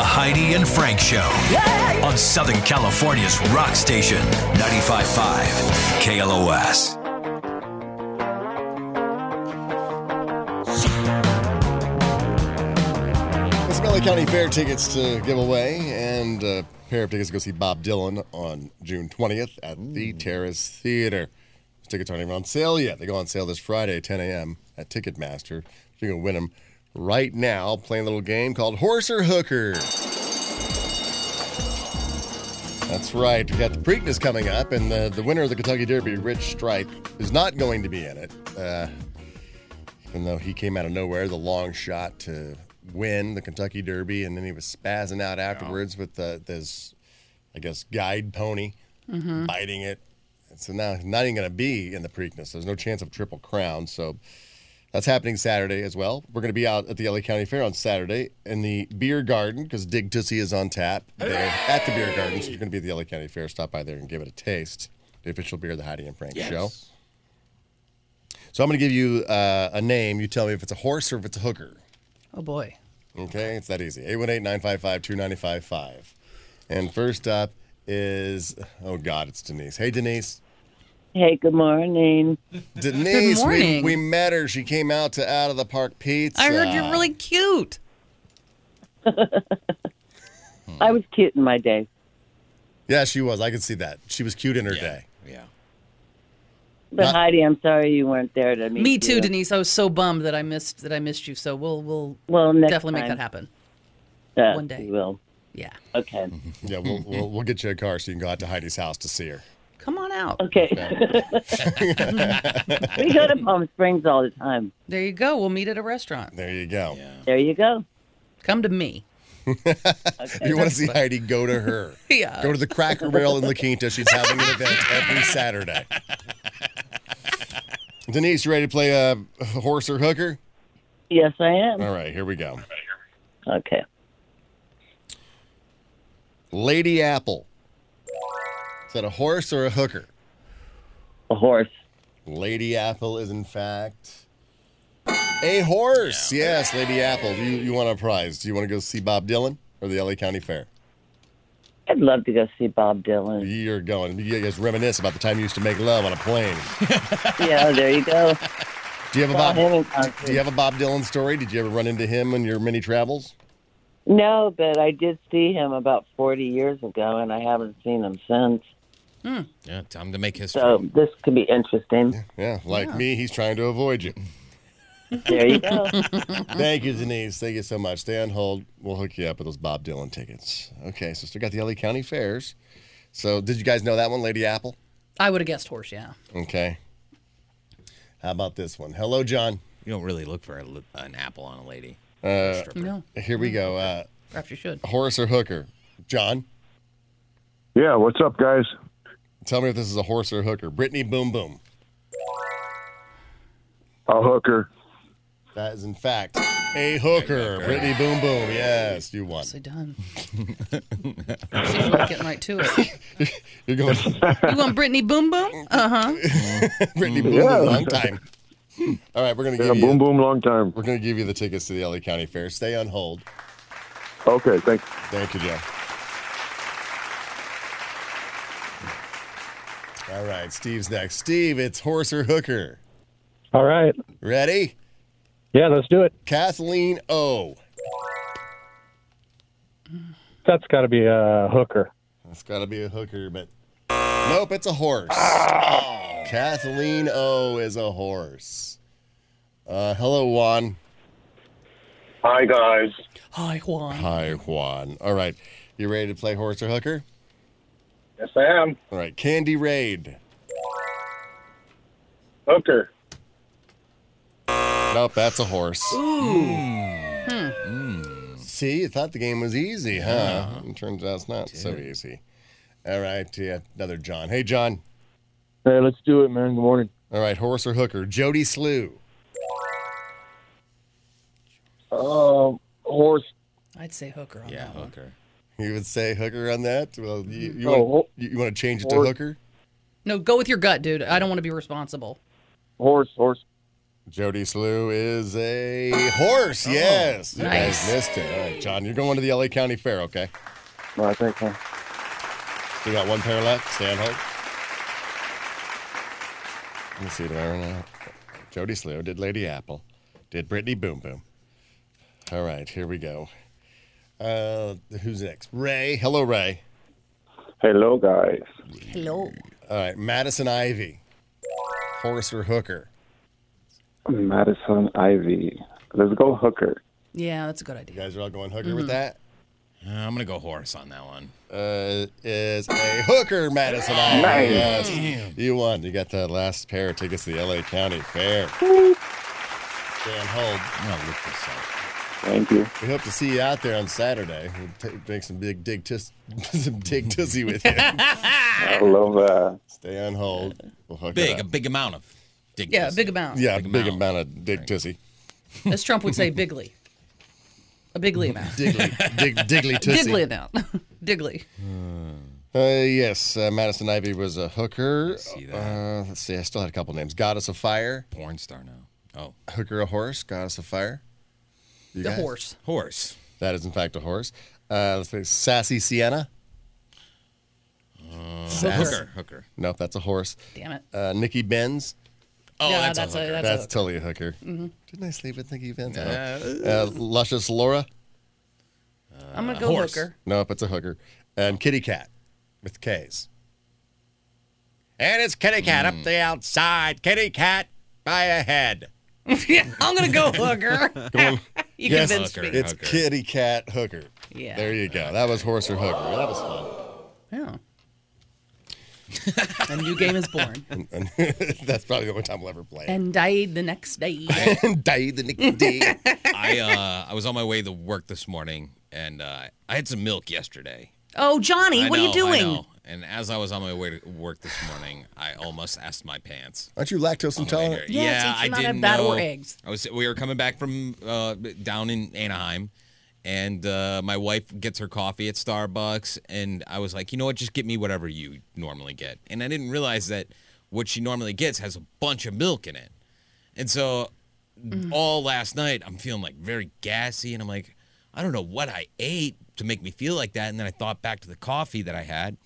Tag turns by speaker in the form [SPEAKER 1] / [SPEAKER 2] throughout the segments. [SPEAKER 1] and Frank Show on Southern California's rock station, 95.5 KLOS.
[SPEAKER 2] There's Smelly County Fair tickets to give away and a pair of tickets to go see Bob Dylan on June 20th at the Terrace Theater. Those tickets aren't even on sale yet. They go on sale this Friday, 10 a.m. at Ticketmaster. You can win them right now playing a little game called Horse or Hooker. That's right. We got the Preakness coming up, and the, the winner of the Kentucky Derby, Rich Stripe, is not going to be in it. Uh, even though he came out of nowhere, the long shot to win the Kentucky Derby, and then he was spazzing out afterwards with the, this, I guess, guide pony biting it. And so now he's not even going to be in the Preakness. There's no chance of Triple Crown. So that's happening Saturday as well. We're going to be out at the LA County Fair on Saturday in the beer garden because Dig Tussie is on tap there at the beer garden. So you're going to be at the LA County Fair. Stop by there and give it a taste. The official beer of the Heidi and Frank show. So I'm going to give you uh, a name. You tell me if it's a horse or if it's a hooker.
[SPEAKER 3] Oh boy.
[SPEAKER 2] Okay, it's that easy. 818 955 2955. And first up is, oh God, it's Denise. Hey, Denise.
[SPEAKER 4] Hey, good morning.
[SPEAKER 2] Denise, we,
[SPEAKER 3] morning.
[SPEAKER 2] we met her. She came out to Out of the Park Pizza.
[SPEAKER 3] I heard you're really cute.
[SPEAKER 4] I was cute in my day.
[SPEAKER 2] Yeah, she was. I could see that. She was cute in her day.
[SPEAKER 5] Yeah.
[SPEAKER 4] But
[SPEAKER 2] Not-
[SPEAKER 4] Heidi, I'm sorry you weren't there to meet
[SPEAKER 3] Me too,
[SPEAKER 4] you.
[SPEAKER 3] Denise. I was so bummed that I missed that I missed you. So we'll we'll
[SPEAKER 4] Well, next
[SPEAKER 3] definitely make
[SPEAKER 4] time.
[SPEAKER 3] that happen.
[SPEAKER 4] Yes,
[SPEAKER 3] one day.
[SPEAKER 4] you will.
[SPEAKER 3] Yeah.
[SPEAKER 4] Okay.
[SPEAKER 2] Yeah, we'll, we'll, we'll get you a car so you can go out to Heidi's house to see her.
[SPEAKER 3] Come on out.
[SPEAKER 4] Okay. we go to Palm Springs all the time.
[SPEAKER 3] There you go. We'll meet at a restaurant.
[SPEAKER 2] There you go.
[SPEAKER 5] Yeah.
[SPEAKER 4] There you go.
[SPEAKER 3] Come to me.
[SPEAKER 2] If you want to see Heidi, go to her.
[SPEAKER 3] Yeah.
[SPEAKER 2] Go to the Cracker Barrel in La Quinta. She's having an event every Saturday. Denise, you ready to play a horse or hooker?
[SPEAKER 4] Yes, I am.
[SPEAKER 5] Uh,
[SPEAKER 2] All right, here we go.
[SPEAKER 4] Okay.
[SPEAKER 2] Lady Apple. Is that a horse or a hooker?
[SPEAKER 4] A horse.
[SPEAKER 2] Lady Apple is in fact a horse. Yes, Lady Apple. You you want a prize? Do you want to go see Bob Dylan or the LA County Fair?
[SPEAKER 4] I'd love to go see Bob Dylan.
[SPEAKER 2] You're going. You guys reminisce about the time you used to make love on a plane.
[SPEAKER 4] yeah, there you go.
[SPEAKER 2] Do you have a
[SPEAKER 4] Saw
[SPEAKER 2] Bob?
[SPEAKER 4] him in
[SPEAKER 2] Do you
[SPEAKER 4] concert.
[SPEAKER 2] have a Bob Dylan story? Did you ever run into him on your many travels?
[SPEAKER 4] No, but I did see him about 40 years ago, and I haven't seen him since.
[SPEAKER 3] Hmm.
[SPEAKER 5] Yeah. Time to make history.
[SPEAKER 4] So this could be interesting.
[SPEAKER 2] Yeah, like me, he's trying to avoid you.
[SPEAKER 4] There you go.
[SPEAKER 2] Thank you, Denise. Thank you so much. Stay on hold. We'll hook you up with those Bob Dylan tickets. Okay, so still got the LA County Fairs. So did you guys know that one, Lady Apple?
[SPEAKER 3] I would have guessed horse, yeah.
[SPEAKER 2] Okay. How about this one? Hello, John.
[SPEAKER 5] You don't really look for a, li- an apple on a lady. Stripper.
[SPEAKER 3] No.
[SPEAKER 2] Here we go. Uh,
[SPEAKER 3] Perhaps you should.
[SPEAKER 2] horse or hooker? John,
[SPEAKER 6] Yeah, what's up, guys?
[SPEAKER 2] tell me if this is a horse or hooker. Brittany Boom Boom.
[SPEAKER 6] A hooker.
[SPEAKER 2] That is, in fact, a hooker. Brittany Boom Boom. Yes, you won.
[SPEAKER 3] Nicely done. She's really getting right to it.
[SPEAKER 2] You're going
[SPEAKER 3] You want Brittany Boom Boom? Uh huh.
[SPEAKER 2] Brittany Boom
[SPEAKER 6] Yeah.
[SPEAKER 2] Boom long time. All right, we're gonna
[SPEAKER 6] Yeah,
[SPEAKER 2] give
[SPEAKER 6] boom,
[SPEAKER 2] you
[SPEAKER 6] boom, long time.
[SPEAKER 2] we're gonna give you the tickets to the LA County Fair. Stay on hold.
[SPEAKER 6] Okay, thanks.
[SPEAKER 2] Thank you, Joe. All right, Steve's next. Steve, it's horse or hooker.
[SPEAKER 7] All right.
[SPEAKER 2] Ready?
[SPEAKER 7] Yeah, let's do it.
[SPEAKER 2] Kathleen O.
[SPEAKER 7] That's got to be a hooker.
[SPEAKER 2] That's got to be a hooker, but nope, it's a horse. Kathleen O is a horse. Uh, hello, Juan.
[SPEAKER 6] Hi, guys.
[SPEAKER 3] Hi, Juan.
[SPEAKER 2] Hi, Juan. All right, you ready to play horse or hooker?
[SPEAKER 6] Yes, I am.
[SPEAKER 2] All right, Candy Raid.
[SPEAKER 6] Hooker.
[SPEAKER 2] Nope, that's a horse. Hmm. Ooh. See, you thought the game was easy, huh? Uh-huh. It turns out it's not so easy. All right, yeah, another John. Hey, John.
[SPEAKER 6] Hey, let's do it, man. Good morning.
[SPEAKER 2] All right, horse or hooker? Jody Slew.
[SPEAKER 6] Um, horse.
[SPEAKER 3] I'd say hooker on
[SPEAKER 5] Yeah,
[SPEAKER 3] that one.
[SPEAKER 5] hooker.
[SPEAKER 2] You would say hooker on that? Well, you, you
[SPEAKER 6] No,
[SPEAKER 2] want
[SPEAKER 6] ho-
[SPEAKER 2] you, you want to change it to
[SPEAKER 6] horse.
[SPEAKER 2] hooker?
[SPEAKER 3] No, go with your gut, dude. I don't want to be responsible.
[SPEAKER 6] Horse, horse.
[SPEAKER 2] Jody Slew is a horse. yes, you
[SPEAKER 3] nice.
[SPEAKER 2] guys missed it. All right, John, you're going to the LA County Fair, okay?
[SPEAKER 6] I think. Huh?
[SPEAKER 2] Still got one pair left. Stand hard. Let me see if I remember. Jody Slew did Lady Apple, did Britney Boom Boom. All right, here we go. Uh, who's next? Ray. Hello, Ray.
[SPEAKER 8] Hello, guys.
[SPEAKER 3] Hello.
[SPEAKER 2] All right, Madison Ivy, horse or hooker?
[SPEAKER 8] Madison Ivy. Let's go hooker.
[SPEAKER 3] Yeah, that's a good
[SPEAKER 2] You
[SPEAKER 3] idea.
[SPEAKER 2] guys are all going hooker with that.
[SPEAKER 5] Uh, I'm gonna go horse on that one.
[SPEAKER 2] Uh, is a hooker, Madison Ivy.
[SPEAKER 8] Nice.
[SPEAKER 2] Yes, you won. You got that last pair of tickets to the L.A. County Fair. Dan Hold.
[SPEAKER 5] I'm gonna look this up.
[SPEAKER 8] Thank you.
[SPEAKER 2] We hope to see you out there on Saturday. We'll t- make some big dig tis- some dig tizzy with you.
[SPEAKER 8] I love that.
[SPEAKER 2] Stay on hold. We'll hook it
[SPEAKER 5] Big, a
[SPEAKER 2] up.
[SPEAKER 5] big amount of. Dig
[SPEAKER 3] Yeah,
[SPEAKER 5] this.
[SPEAKER 3] big amount.
[SPEAKER 2] yeah,
[SPEAKER 5] big
[SPEAKER 2] big amount,
[SPEAKER 5] amount.
[SPEAKER 2] of dig tizzy.
[SPEAKER 3] As Trump would say, bigly. A bigly amount.
[SPEAKER 2] Diggly, dig, diggly tizzy.
[SPEAKER 3] Digly amount. Digly.
[SPEAKER 2] Uh, yes, uh, Madison Ivy was a hooker.
[SPEAKER 5] see that.
[SPEAKER 2] Uh, let's see, I still had a couple names. Goddess of Fire,
[SPEAKER 5] Porn star now. Oh,
[SPEAKER 2] hooker a horse, Goddess of Fire. You
[SPEAKER 3] The
[SPEAKER 2] guys?
[SPEAKER 3] horse.
[SPEAKER 5] horse.
[SPEAKER 2] That is in fact a horse. Uh, let's see, Sassy Sienna.
[SPEAKER 5] Uh, Hooker, hooker.
[SPEAKER 2] Nope, that's a horse.
[SPEAKER 3] Damn it.
[SPEAKER 2] Uh, Nikki Benz.
[SPEAKER 5] Oh,
[SPEAKER 3] yeah,
[SPEAKER 5] that's, a hooker.
[SPEAKER 3] that's,
[SPEAKER 2] That's
[SPEAKER 3] a, Mm-hmm.
[SPEAKER 2] totally a hooker. Didn't I sleep with Nikki Benz? I don't know. Uh, Luscious Laura.
[SPEAKER 3] I'm gonna go
[SPEAKER 5] horse.
[SPEAKER 3] hooker.
[SPEAKER 2] Nope, it's a hooker. And Kitty Cat with K's. And it's Kitty Cat
[SPEAKER 3] Mm.
[SPEAKER 2] up the outside. Kitty Cat by a head.
[SPEAKER 3] yeah, I'm gonna go hooker. you
[SPEAKER 2] Yes.
[SPEAKER 3] convinced me.
[SPEAKER 5] Hooker.
[SPEAKER 2] It's Kitty Cat Hooker.
[SPEAKER 3] Yeah.
[SPEAKER 2] There you go. That was horse or hooker. That was fun.
[SPEAKER 3] Yeah. A new game is born.
[SPEAKER 2] And, and that's probably the only time we'll ever play. it.
[SPEAKER 3] And died the next day.
[SPEAKER 2] And die the next day.
[SPEAKER 5] I uh, I was on my way to work this morning, and uh, I had some milk yesterday.
[SPEAKER 3] Oh, Johnny,
[SPEAKER 5] I
[SPEAKER 3] what
[SPEAKER 5] know,
[SPEAKER 3] are you
[SPEAKER 5] I
[SPEAKER 3] doing?
[SPEAKER 5] know. And as I was on my way to work this morning, I almost asked my pants.
[SPEAKER 2] Aren't you lactose
[SPEAKER 5] on the way
[SPEAKER 2] intolerant?
[SPEAKER 5] here.
[SPEAKER 3] Yeah,
[SPEAKER 5] Yeah,
[SPEAKER 3] so you
[SPEAKER 5] I
[SPEAKER 3] cannot
[SPEAKER 5] didn't
[SPEAKER 3] have bad
[SPEAKER 5] know.
[SPEAKER 3] or eggs.
[SPEAKER 5] I was we were coming back from uh, down in Anaheim, and uh, my wife gets her coffee at Starbucks, and I was like, you know what, just get me whatever you normally get, and I didn't realize that what she normally gets has a bunch of milk in it, and so all last night I'm feeling like very gassy, and I'm like, I don't know what I ate to make me feel like that, and then I thought back to the coffee that I had.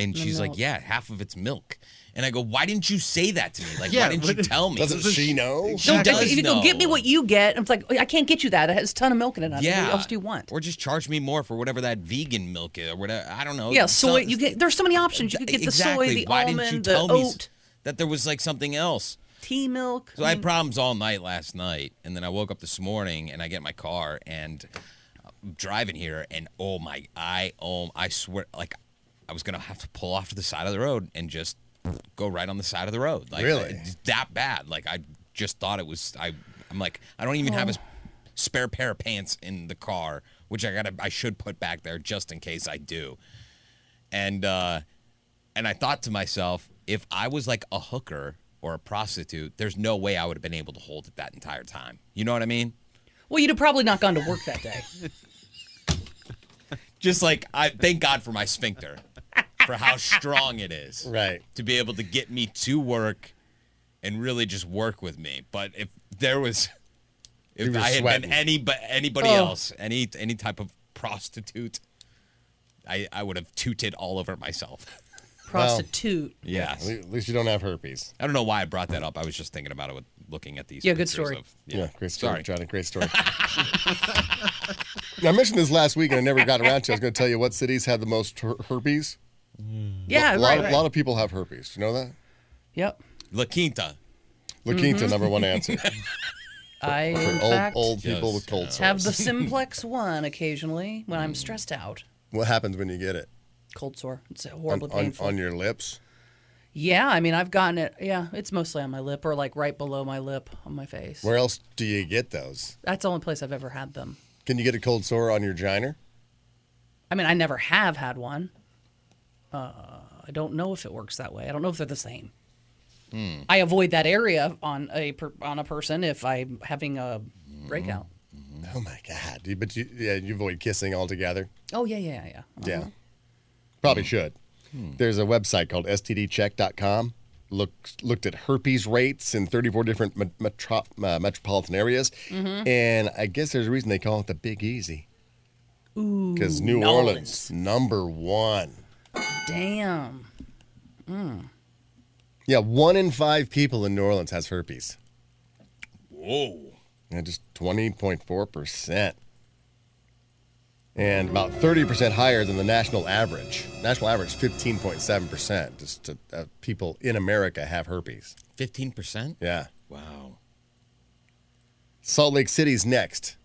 [SPEAKER 5] And
[SPEAKER 3] The
[SPEAKER 5] she's like,
[SPEAKER 3] milk.
[SPEAKER 5] "Yeah, half of it's milk." And I go, "Why didn't you say that to me? Like,
[SPEAKER 9] Yeah,
[SPEAKER 5] why didn't you
[SPEAKER 9] what-
[SPEAKER 5] tell me?"
[SPEAKER 2] Doesn't she know?
[SPEAKER 3] No,
[SPEAKER 5] does
[SPEAKER 3] if you go
[SPEAKER 5] know.
[SPEAKER 3] get me what you get, it's like "Oh, I can't get you that. It has a ton of milk in it.
[SPEAKER 5] Yeah.
[SPEAKER 3] What else do you want?
[SPEAKER 5] Or just charge me more for whatever that vegan milk is or whatever. I don't know.
[SPEAKER 3] yeah, soy.
[SPEAKER 5] Some-
[SPEAKER 3] You get. There's so many options. You could get the
[SPEAKER 5] exactly.
[SPEAKER 3] soy, the
[SPEAKER 5] Why
[SPEAKER 3] almond,
[SPEAKER 5] didn't you
[SPEAKER 3] the
[SPEAKER 5] tell me s-
[SPEAKER 3] oat, Mm.
[SPEAKER 5] that there was like something else?
[SPEAKER 3] tea milk.
[SPEAKER 5] So I had problems all night last night, and then I woke up this morning and I get in my car and I'm driving here, and oh my, I oh I swear, like I was gonna have to pull off to the side of the road and just go right on the side of the road. Like
[SPEAKER 2] Really?
[SPEAKER 5] it's that bad. Like I just thought it was. I I'm like I don't even have a s- spare pair of pants in the car, which I gotta I should put back there just in case I do and uh, and I thought to myself, if I was like a hooker or a prostitute, there's no way I would have been able to hold it that entire time. You know what I mean?
[SPEAKER 3] well, you'd have probably not gone to work that day.
[SPEAKER 5] Just like I thank God for my sphincter, for how strong it is,
[SPEAKER 2] Right.
[SPEAKER 5] to be able to get me to work, and really just work with me. But if there was,
[SPEAKER 2] You
[SPEAKER 5] if
[SPEAKER 2] were
[SPEAKER 5] I had
[SPEAKER 2] sweating.
[SPEAKER 5] been any but anybody
[SPEAKER 3] Oh.
[SPEAKER 5] else, any any type of prostitute, I I would have tooted all over myself.
[SPEAKER 3] Prostitute.
[SPEAKER 5] Yes.
[SPEAKER 2] At least you don't have herpes.
[SPEAKER 5] I don't know why I brought that up. I was just thinking about it with looking at these.
[SPEAKER 3] Yeah, good
[SPEAKER 5] pictures
[SPEAKER 3] story.
[SPEAKER 5] Of,
[SPEAKER 2] Yeah, great story,
[SPEAKER 5] Sorry.
[SPEAKER 2] Johnny. Great story. Now, I mentioned this last week and I never got around to. it. I was going to tell you what cities have the most her- herpes. a
[SPEAKER 3] yeah,
[SPEAKER 2] lot,
[SPEAKER 3] right.
[SPEAKER 2] of-
[SPEAKER 3] right.
[SPEAKER 2] lot of people have herpes. You know that?
[SPEAKER 3] Yep.
[SPEAKER 5] La Quinta.
[SPEAKER 2] La Quinta, number one answer.
[SPEAKER 3] I Mm-hmm. in
[SPEAKER 2] old
[SPEAKER 3] fact
[SPEAKER 2] old people
[SPEAKER 5] Yes,
[SPEAKER 2] with cold sores.
[SPEAKER 3] have the simplex one occasionally when I'm stressed out.
[SPEAKER 2] what happens when you get it
[SPEAKER 3] Cold sore. It's
[SPEAKER 2] on,
[SPEAKER 3] horribly
[SPEAKER 2] on,
[SPEAKER 3] painful.
[SPEAKER 2] on your lips?
[SPEAKER 3] yeah, I mean, I've gotten it. Yeah, it's mostly on my lip or like right below my lip on my face.
[SPEAKER 2] Where else do you get those?
[SPEAKER 3] That's the only place I've ever had them.
[SPEAKER 2] Can you get a cold sore on your giner?
[SPEAKER 3] I mean, I never have had one. Uh, I don't know if it works that way. I don't know if they're the same.
[SPEAKER 2] Hmm.
[SPEAKER 3] I avoid that area on a per, on a person if I'm having a
[SPEAKER 2] Mm-hmm.
[SPEAKER 3] breakout.
[SPEAKER 2] Oh my god! You- But you, yeah, you avoid kissing altogether.
[SPEAKER 3] Oh yeah, yeah, yeah. yeah. Uh-huh.
[SPEAKER 2] Yeah, Uh-huh. Hmm. probably should. There's a website called stdcheck.com. Looked looked at herpes rates in 34 different met- metro, Mm-hmm. uh, metropolitan areas, and I guess there's a reason they call it the Big Easy. because New
[SPEAKER 3] New
[SPEAKER 2] Orleans number one.
[SPEAKER 3] Damn.
[SPEAKER 2] Yeah, one in five people in New Orleans has herpes.
[SPEAKER 5] Whoa.
[SPEAKER 2] Yeah, just 20.4%. And about 30% higher than the national average. National average 15.7%. Just uh, uh, people in America have herpes.
[SPEAKER 5] 15%?
[SPEAKER 2] Yeah.
[SPEAKER 5] Wow.
[SPEAKER 2] Salt Lake City's next.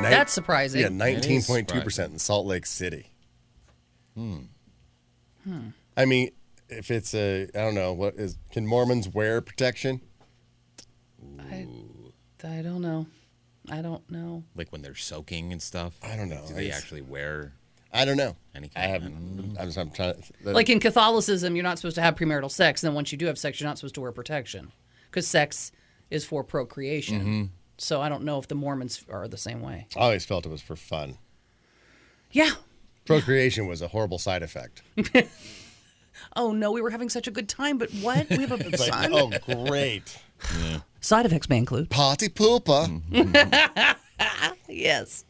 [SPEAKER 2] Nin-
[SPEAKER 3] That's surprising.
[SPEAKER 2] yeah,
[SPEAKER 5] is
[SPEAKER 2] 19.2% in Salt Lake City. Hmm. I mean, if it's a, I don't know, what is, can Mormons wear protection?
[SPEAKER 3] I, I don't know. I don't know.
[SPEAKER 5] Like when they're soaking and stuff?
[SPEAKER 2] I don't know.
[SPEAKER 5] Do they
[SPEAKER 2] It's-
[SPEAKER 5] actually wear
[SPEAKER 2] I don't know.
[SPEAKER 5] any
[SPEAKER 2] I
[SPEAKER 5] kind
[SPEAKER 2] have,
[SPEAKER 5] I don't know.
[SPEAKER 2] I'm, just- I'm trying to,
[SPEAKER 3] Like in Catholicism, you're not supposed to have premarital sex. And then once you do have sex, you're not supposed to wear protection because sex is for procreation.
[SPEAKER 2] Mm-hmm.
[SPEAKER 3] So I don't know if the Mormons are the same way.
[SPEAKER 2] I always felt it was for fun.
[SPEAKER 3] Yeah.
[SPEAKER 2] Procreation was a horrible side effect.
[SPEAKER 3] Oh no, we were having such a good time, but what? We have a
[SPEAKER 2] It's like,
[SPEAKER 3] son.
[SPEAKER 2] oh, great.
[SPEAKER 3] Side effects may include.
[SPEAKER 2] Party pooper.
[SPEAKER 3] Yes.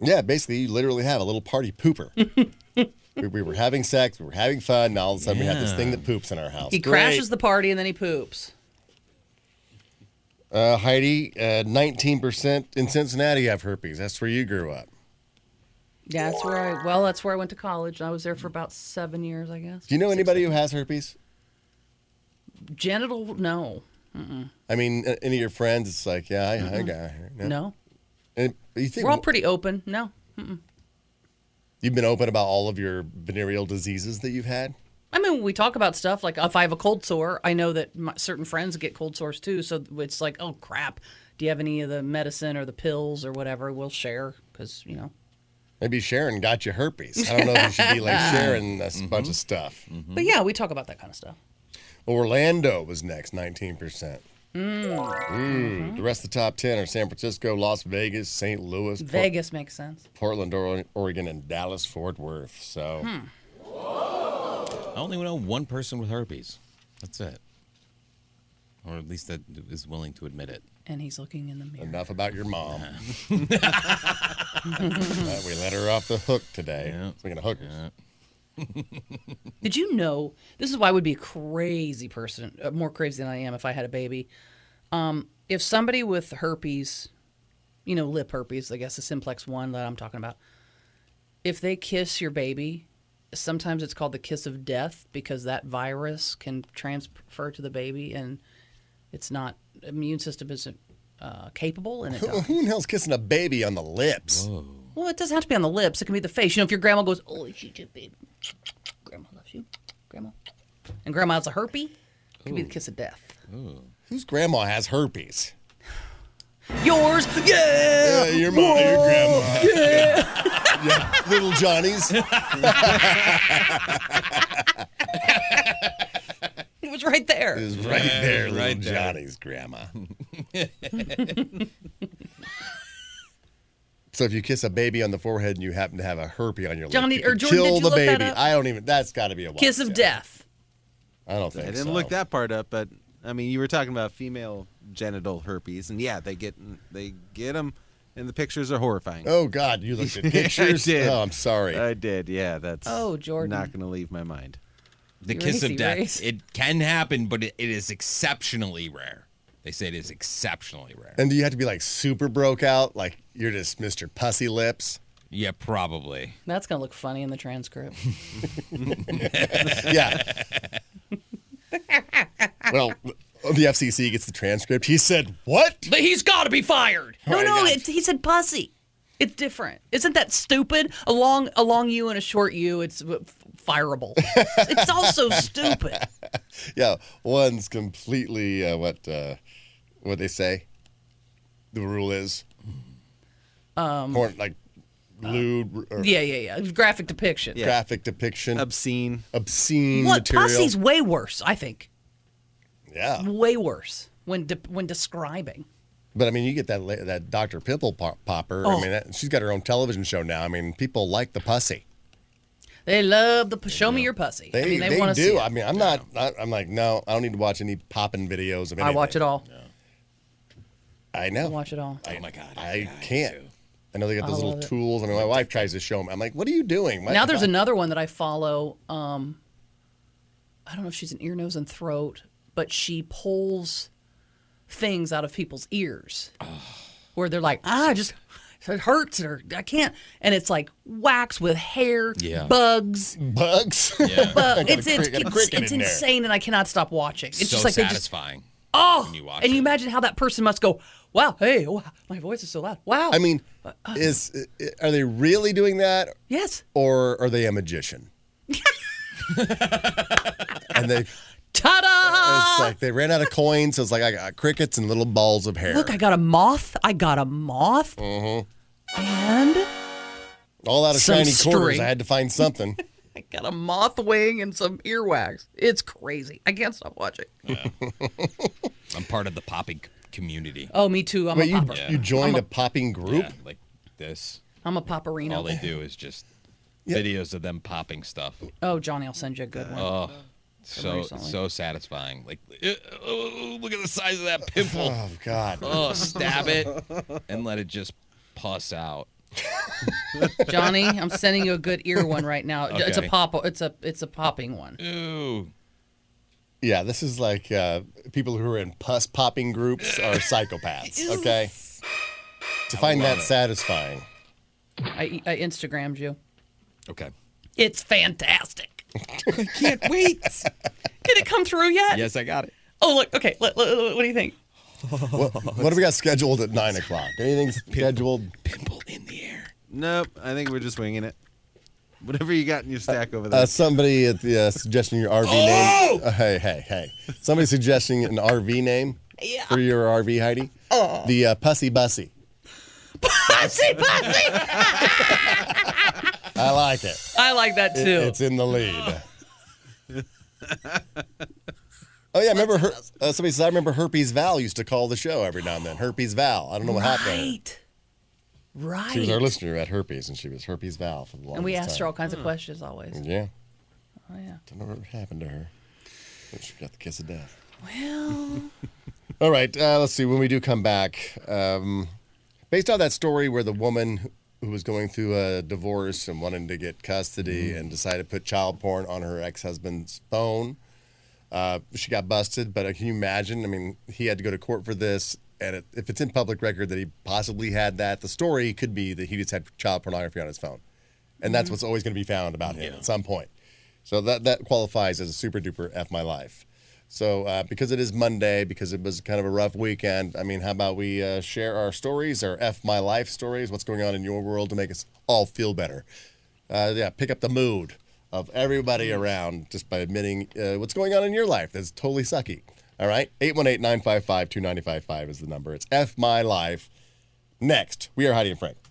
[SPEAKER 2] Yeah, basically, you literally have a little party pooper. we, we were having sex, we were having fun, and all of a sudden we have this
[SPEAKER 5] Yeah.
[SPEAKER 2] thing that poops in our house.
[SPEAKER 3] He
[SPEAKER 2] Great.
[SPEAKER 3] crashes the party and then he poops.
[SPEAKER 2] Uh, Heidi, uh, 19% in Cincinnati have herpes. That's where you grew up.
[SPEAKER 3] Yeah, that's where I. Well, that's where I went to college. I was there for about seven years, I guess.
[SPEAKER 2] Do you know anybody who has herpes?
[SPEAKER 3] Genital? No,
[SPEAKER 2] I mean, a- any of your friends, it's like, yeah, I, I got her.
[SPEAKER 3] no.
[SPEAKER 2] And you think
[SPEAKER 3] We're all pretty open. No,
[SPEAKER 2] you've been open about all of your venereal diseases that you've had?
[SPEAKER 3] I mean, we talk about stuff like if I have a cold sore, I know that my, certain friends get cold sores too. So it's like, oh crap, do you have any of the medicine or the pills or whatever? We'll share because you know.
[SPEAKER 2] Maybe Sharon got you herpes. I don't know if you should be like sharing a
[SPEAKER 3] Mm-hmm.
[SPEAKER 2] bunch of stuff.
[SPEAKER 3] But yeah, we talk about that kind of stuff.
[SPEAKER 2] Orlando was next, 19%. Mm. The rest of the top 10 are San Francisco, Las Vegas, St. Louis, Por-
[SPEAKER 3] Vegas makes sense.
[SPEAKER 2] Portland, or- Oregon, and Dallas, Fort Worth. So
[SPEAKER 5] I only know one person with herpes. That's it. Or at least that is willing to admit it.
[SPEAKER 3] And he's looking in the mirror.
[SPEAKER 2] enough about your mom. Uh, we let her off the hook today.
[SPEAKER 5] Yeah.
[SPEAKER 2] Speaking of hookers.
[SPEAKER 3] Did you know this is why I would be a crazy person, uh, more crazy than I am if I had a baby? Um, if somebody with herpes, you know, lip herpes, I guess the simplex one that I'm talking about, if they kiss your baby, sometimes it's called the kiss of death because that virus can transfer to the baby and it's not immune system isn't uh, capable and it
[SPEAKER 2] Who,
[SPEAKER 3] dies.
[SPEAKER 2] who in the hell's kissing a baby on the lips?
[SPEAKER 3] well, it doesn't have to be on the lips; it can be the face. You know, if your grandma goes, "Oh, she's your baby," grandma loves you, grandma, and grandma's a herpy, it could be the kiss of death.
[SPEAKER 2] Whose grandma has herpes?
[SPEAKER 3] Yours, yeah.
[SPEAKER 2] Uh, your mom, your grandma. yeah. Little Johnny's.
[SPEAKER 3] It was right there.
[SPEAKER 2] is right there, little
[SPEAKER 5] right there.
[SPEAKER 2] Johnny's grandma. so if you kiss a baby on the forehead and you happen to have a herpy on your
[SPEAKER 3] Johnny-
[SPEAKER 2] lip, you
[SPEAKER 3] or
[SPEAKER 2] could
[SPEAKER 3] Jordan,
[SPEAKER 2] kill
[SPEAKER 3] did you
[SPEAKER 2] the
[SPEAKER 3] look that
[SPEAKER 2] baby.
[SPEAKER 3] up?
[SPEAKER 2] I don't even. That's got to be a wild
[SPEAKER 3] Kiss of
[SPEAKER 2] guess.
[SPEAKER 3] death.
[SPEAKER 2] I don't think
[SPEAKER 9] I didn't
[SPEAKER 2] so.
[SPEAKER 9] look that part up, but I mean, you were talking about female genital herpes, and yeah, they get they get them, and the pictures are horrifying.
[SPEAKER 2] Oh God, you looked at pictures.
[SPEAKER 9] did.
[SPEAKER 2] Oh, I'm sorry.
[SPEAKER 9] I did, yeah. That's
[SPEAKER 3] Oh, Jordan.
[SPEAKER 9] not going to leave my mind.
[SPEAKER 5] The
[SPEAKER 3] Erase,
[SPEAKER 5] kiss of death.
[SPEAKER 3] erase.
[SPEAKER 5] It can happen, but it, it is exceptionally rare. They say it is exceptionally rare.
[SPEAKER 2] and do you have to be like super broke out? Like you're just Mr. Pussy Lips?
[SPEAKER 5] yeah, probably.
[SPEAKER 3] That's gonna look funny in the transcript.
[SPEAKER 2] Yeah. well, the FCC gets the transcript. He said, "What?
[SPEAKER 3] but he's got to be fired. No,
[SPEAKER 2] my
[SPEAKER 3] no.
[SPEAKER 2] God.
[SPEAKER 3] It, he said pussy. It's different. Isn't that stupid? A long, a long U and a short U. It's uh, f- fireable. it's also stupid.
[SPEAKER 2] Yeah, one's completely uh, what uh, what they say. The rule is, um, like lewd or
[SPEAKER 3] Yeah, uh, yeah, yeah. Graphic depiction.
[SPEAKER 9] Yeah.
[SPEAKER 2] graphic depiction,
[SPEAKER 9] Obscene.
[SPEAKER 2] obscene
[SPEAKER 3] What
[SPEAKER 2] material.
[SPEAKER 3] pussy's way worse. I think
[SPEAKER 2] yeah,
[SPEAKER 3] way worse when de- when describing.
[SPEAKER 2] but I mean, you get that la- that Dr. Pimple Pop- Popper. I
[SPEAKER 3] Oh.
[SPEAKER 2] mean, that, she's got her own television show now. I mean, people like the pussy.
[SPEAKER 3] They love the p- show me your pussy.
[SPEAKER 2] They
[SPEAKER 3] I mean, they,
[SPEAKER 2] they,
[SPEAKER 3] want to
[SPEAKER 2] do.
[SPEAKER 3] see. It.
[SPEAKER 2] I mean, I'm not. I, I'm like, no, I don't need to watch any popping videos of anything.
[SPEAKER 3] I watch it all.
[SPEAKER 2] I know.
[SPEAKER 3] I watch it all.
[SPEAKER 5] oh my god.
[SPEAKER 2] I
[SPEAKER 5] yeah, do
[SPEAKER 2] can't.
[SPEAKER 5] too.
[SPEAKER 2] I know they got those
[SPEAKER 3] I
[SPEAKER 2] little
[SPEAKER 3] love it.
[SPEAKER 2] tools. I know my wife tries to show them. I'm like, what are you doing? Why-
[SPEAKER 3] now there's
[SPEAKER 2] why-
[SPEAKER 3] another one that I follow. Um, I don't know if she's an ear, nose, and throat, but she pulls things out of people's ears where they're like, ah, just it hurts or I can't, and it's like wax with hair,
[SPEAKER 5] Yeah.
[SPEAKER 3] bugs.
[SPEAKER 2] bugs.
[SPEAKER 5] Yeah.
[SPEAKER 3] But it's
[SPEAKER 2] crick-
[SPEAKER 3] it's,
[SPEAKER 2] got a
[SPEAKER 3] it's,
[SPEAKER 2] cricket
[SPEAKER 3] it's
[SPEAKER 2] in there.
[SPEAKER 3] insane, and I cannot stop watching. It's
[SPEAKER 5] so
[SPEAKER 3] just like they just
[SPEAKER 5] satisfying.
[SPEAKER 3] oh,
[SPEAKER 5] when you watch
[SPEAKER 3] and you
[SPEAKER 5] it.
[SPEAKER 3] imagine how that person must go, wow, hey, wow, my voice is so loud, wow.
[SPEAKER 2] I mean, is are they really doing that,
[SPEAKER 3] yes,
[SPEAKER 2] or are they a magician? and they, it's
[SPEAKER 3] ta-da!
[SPEAKER 2] like they ran out of coins. So it's like I got crickets and little balls of hair.
[SPEAKER 3] Look, I got a moth. I got a moth.
[SPEAKER 5] Mm-hmm.
[SPEAKER 3] And
[SPEAKER 2] All out of
[SPEAKER 3] some
[SPEAKER 2] shiny quarters.
[SPEAKER 3] string.
[SPEAKER 2] I had to find something.
[SPEAKER 3] I got a moth wing and some earwax. It's crazy. I can't stop watching.
[SPEAKER 5] I'm part of the popping c- community.
[SPEAKER 3] Oh, me too. I'm
[SPEAKER 2] Wait,
[SPEAKER 3] a
[SPEAKER 2] you
[SPEAKER 3] popper.
[SPEAKER 2] you joined a, popping group?
[SPEAKER 5] Yeah, like this.
[SPEAKER 3] I'm a popperino.
[SPEAKER 5] All they do is just videos of them popping stuff.
[SPEAKER 3] Oh, Johnny, I'll send you a good one.
[SPEAKER 5] Oh, so
[SPEAKER 3] recently.
[SPEAKER 5] so satisfying. Like, "Uh, oh, look at the size of that pimple.
[SPEAKER 2] Oh God!
[SPEAKER 5] oh, stab it and let it just puss out.
[SPEAKER 3] Johnny, I'm sending you a good ear one right now. It's a
[SPEAKER 5] Okay.
[SPEAKER 3] pop. It's a it's a popping one.
[SPEAKER 5] Ew.
[SPEAKER 2] Yeah, this is like uh, people who are in pus popping groups are psychopaths. Okay, to find that satisfying.
[SPEAKER 3] I, I Instagrammed you.
[SPEAKER 5] Okay.
[SPEAKER 3] It's fantastic. I can't wait. Did it come through yet?
[SPEAKER 5] Yes, I got it.
[SPEAKER 3] Oh, look. Okay. Let- let- let- what do you think?
[SPEAKER 2] What, what do we got scheduled at nine o'clock? Anything scheduled?
[SPEAKER 5] Pimple in the air.
[SPEAKER 9] Nope. I think we're just winging it. Whatever you got in your stack over there.
[SPEAKER 2] Uh, somebody at the uh, suggesting your RV
[SPEAKER 5] Oh!
[SPEAKER 2] name. Uh, hey, hey, hey! Somebody suggesting an RV name for your RV, Heidi. Oh. The uh, Pussy Bussy.
[SPEAKER 3] Pussy, pussy.
[SPEAKER 2] I like it.
[SPEAKER 3] I like that too.
[SPEAKER 2] It- It's in the lead. oh yeah, I remember her, uh, somebody said I remember Herpes Val used to call the show every now and then. Herpes Val. I don't know what happened.
[SPEAKER 3] Right.
[SPEAKER 2] She was our
[SPEAKER 3] Right.
[SPEAKER 2] listener at Herpes, and she was Herpes Val for the longest
[SPEAKER 3] And we asked her all
[SPEAKER 2] time.
[SPEAKER 3] kinds of questions always.
[SPEAKER 2] Yeah,
[SPEAKER 3] Oh, yeah.
[SPEAKER 2] don't know what happened to her. But she got the kiss of death.
[SPEAKER 3] Well,
[SPEAKER 2] All right, uh, let's see. When we do come back, um, based on that story where the woman who was going through a divorce and wanted to get custody and decided to put child porn on her ex husband's phone, uh, she got busted. But uh, can you imagine? I mean, he had to go to court for this. And it, if it's in public record that he possibly had that, the story could be that he just had child pornography on his phone. And that's what's always going to be found about him at some point. So that, that qualifies as a super duper F my life. So, uh, because it is Monday, because it was kind of a rough weekend, I mean, how about we uh, share our stories, our F My Life stories, what's going on in your world to make us all feel better? Uh, yeah, pick up the mood of everybody around just by admitting uh, what's going on in your life that's totally sucky. All right? 818 955 2955 is the number. It's F My Life. Next, we are Heidi and Frank.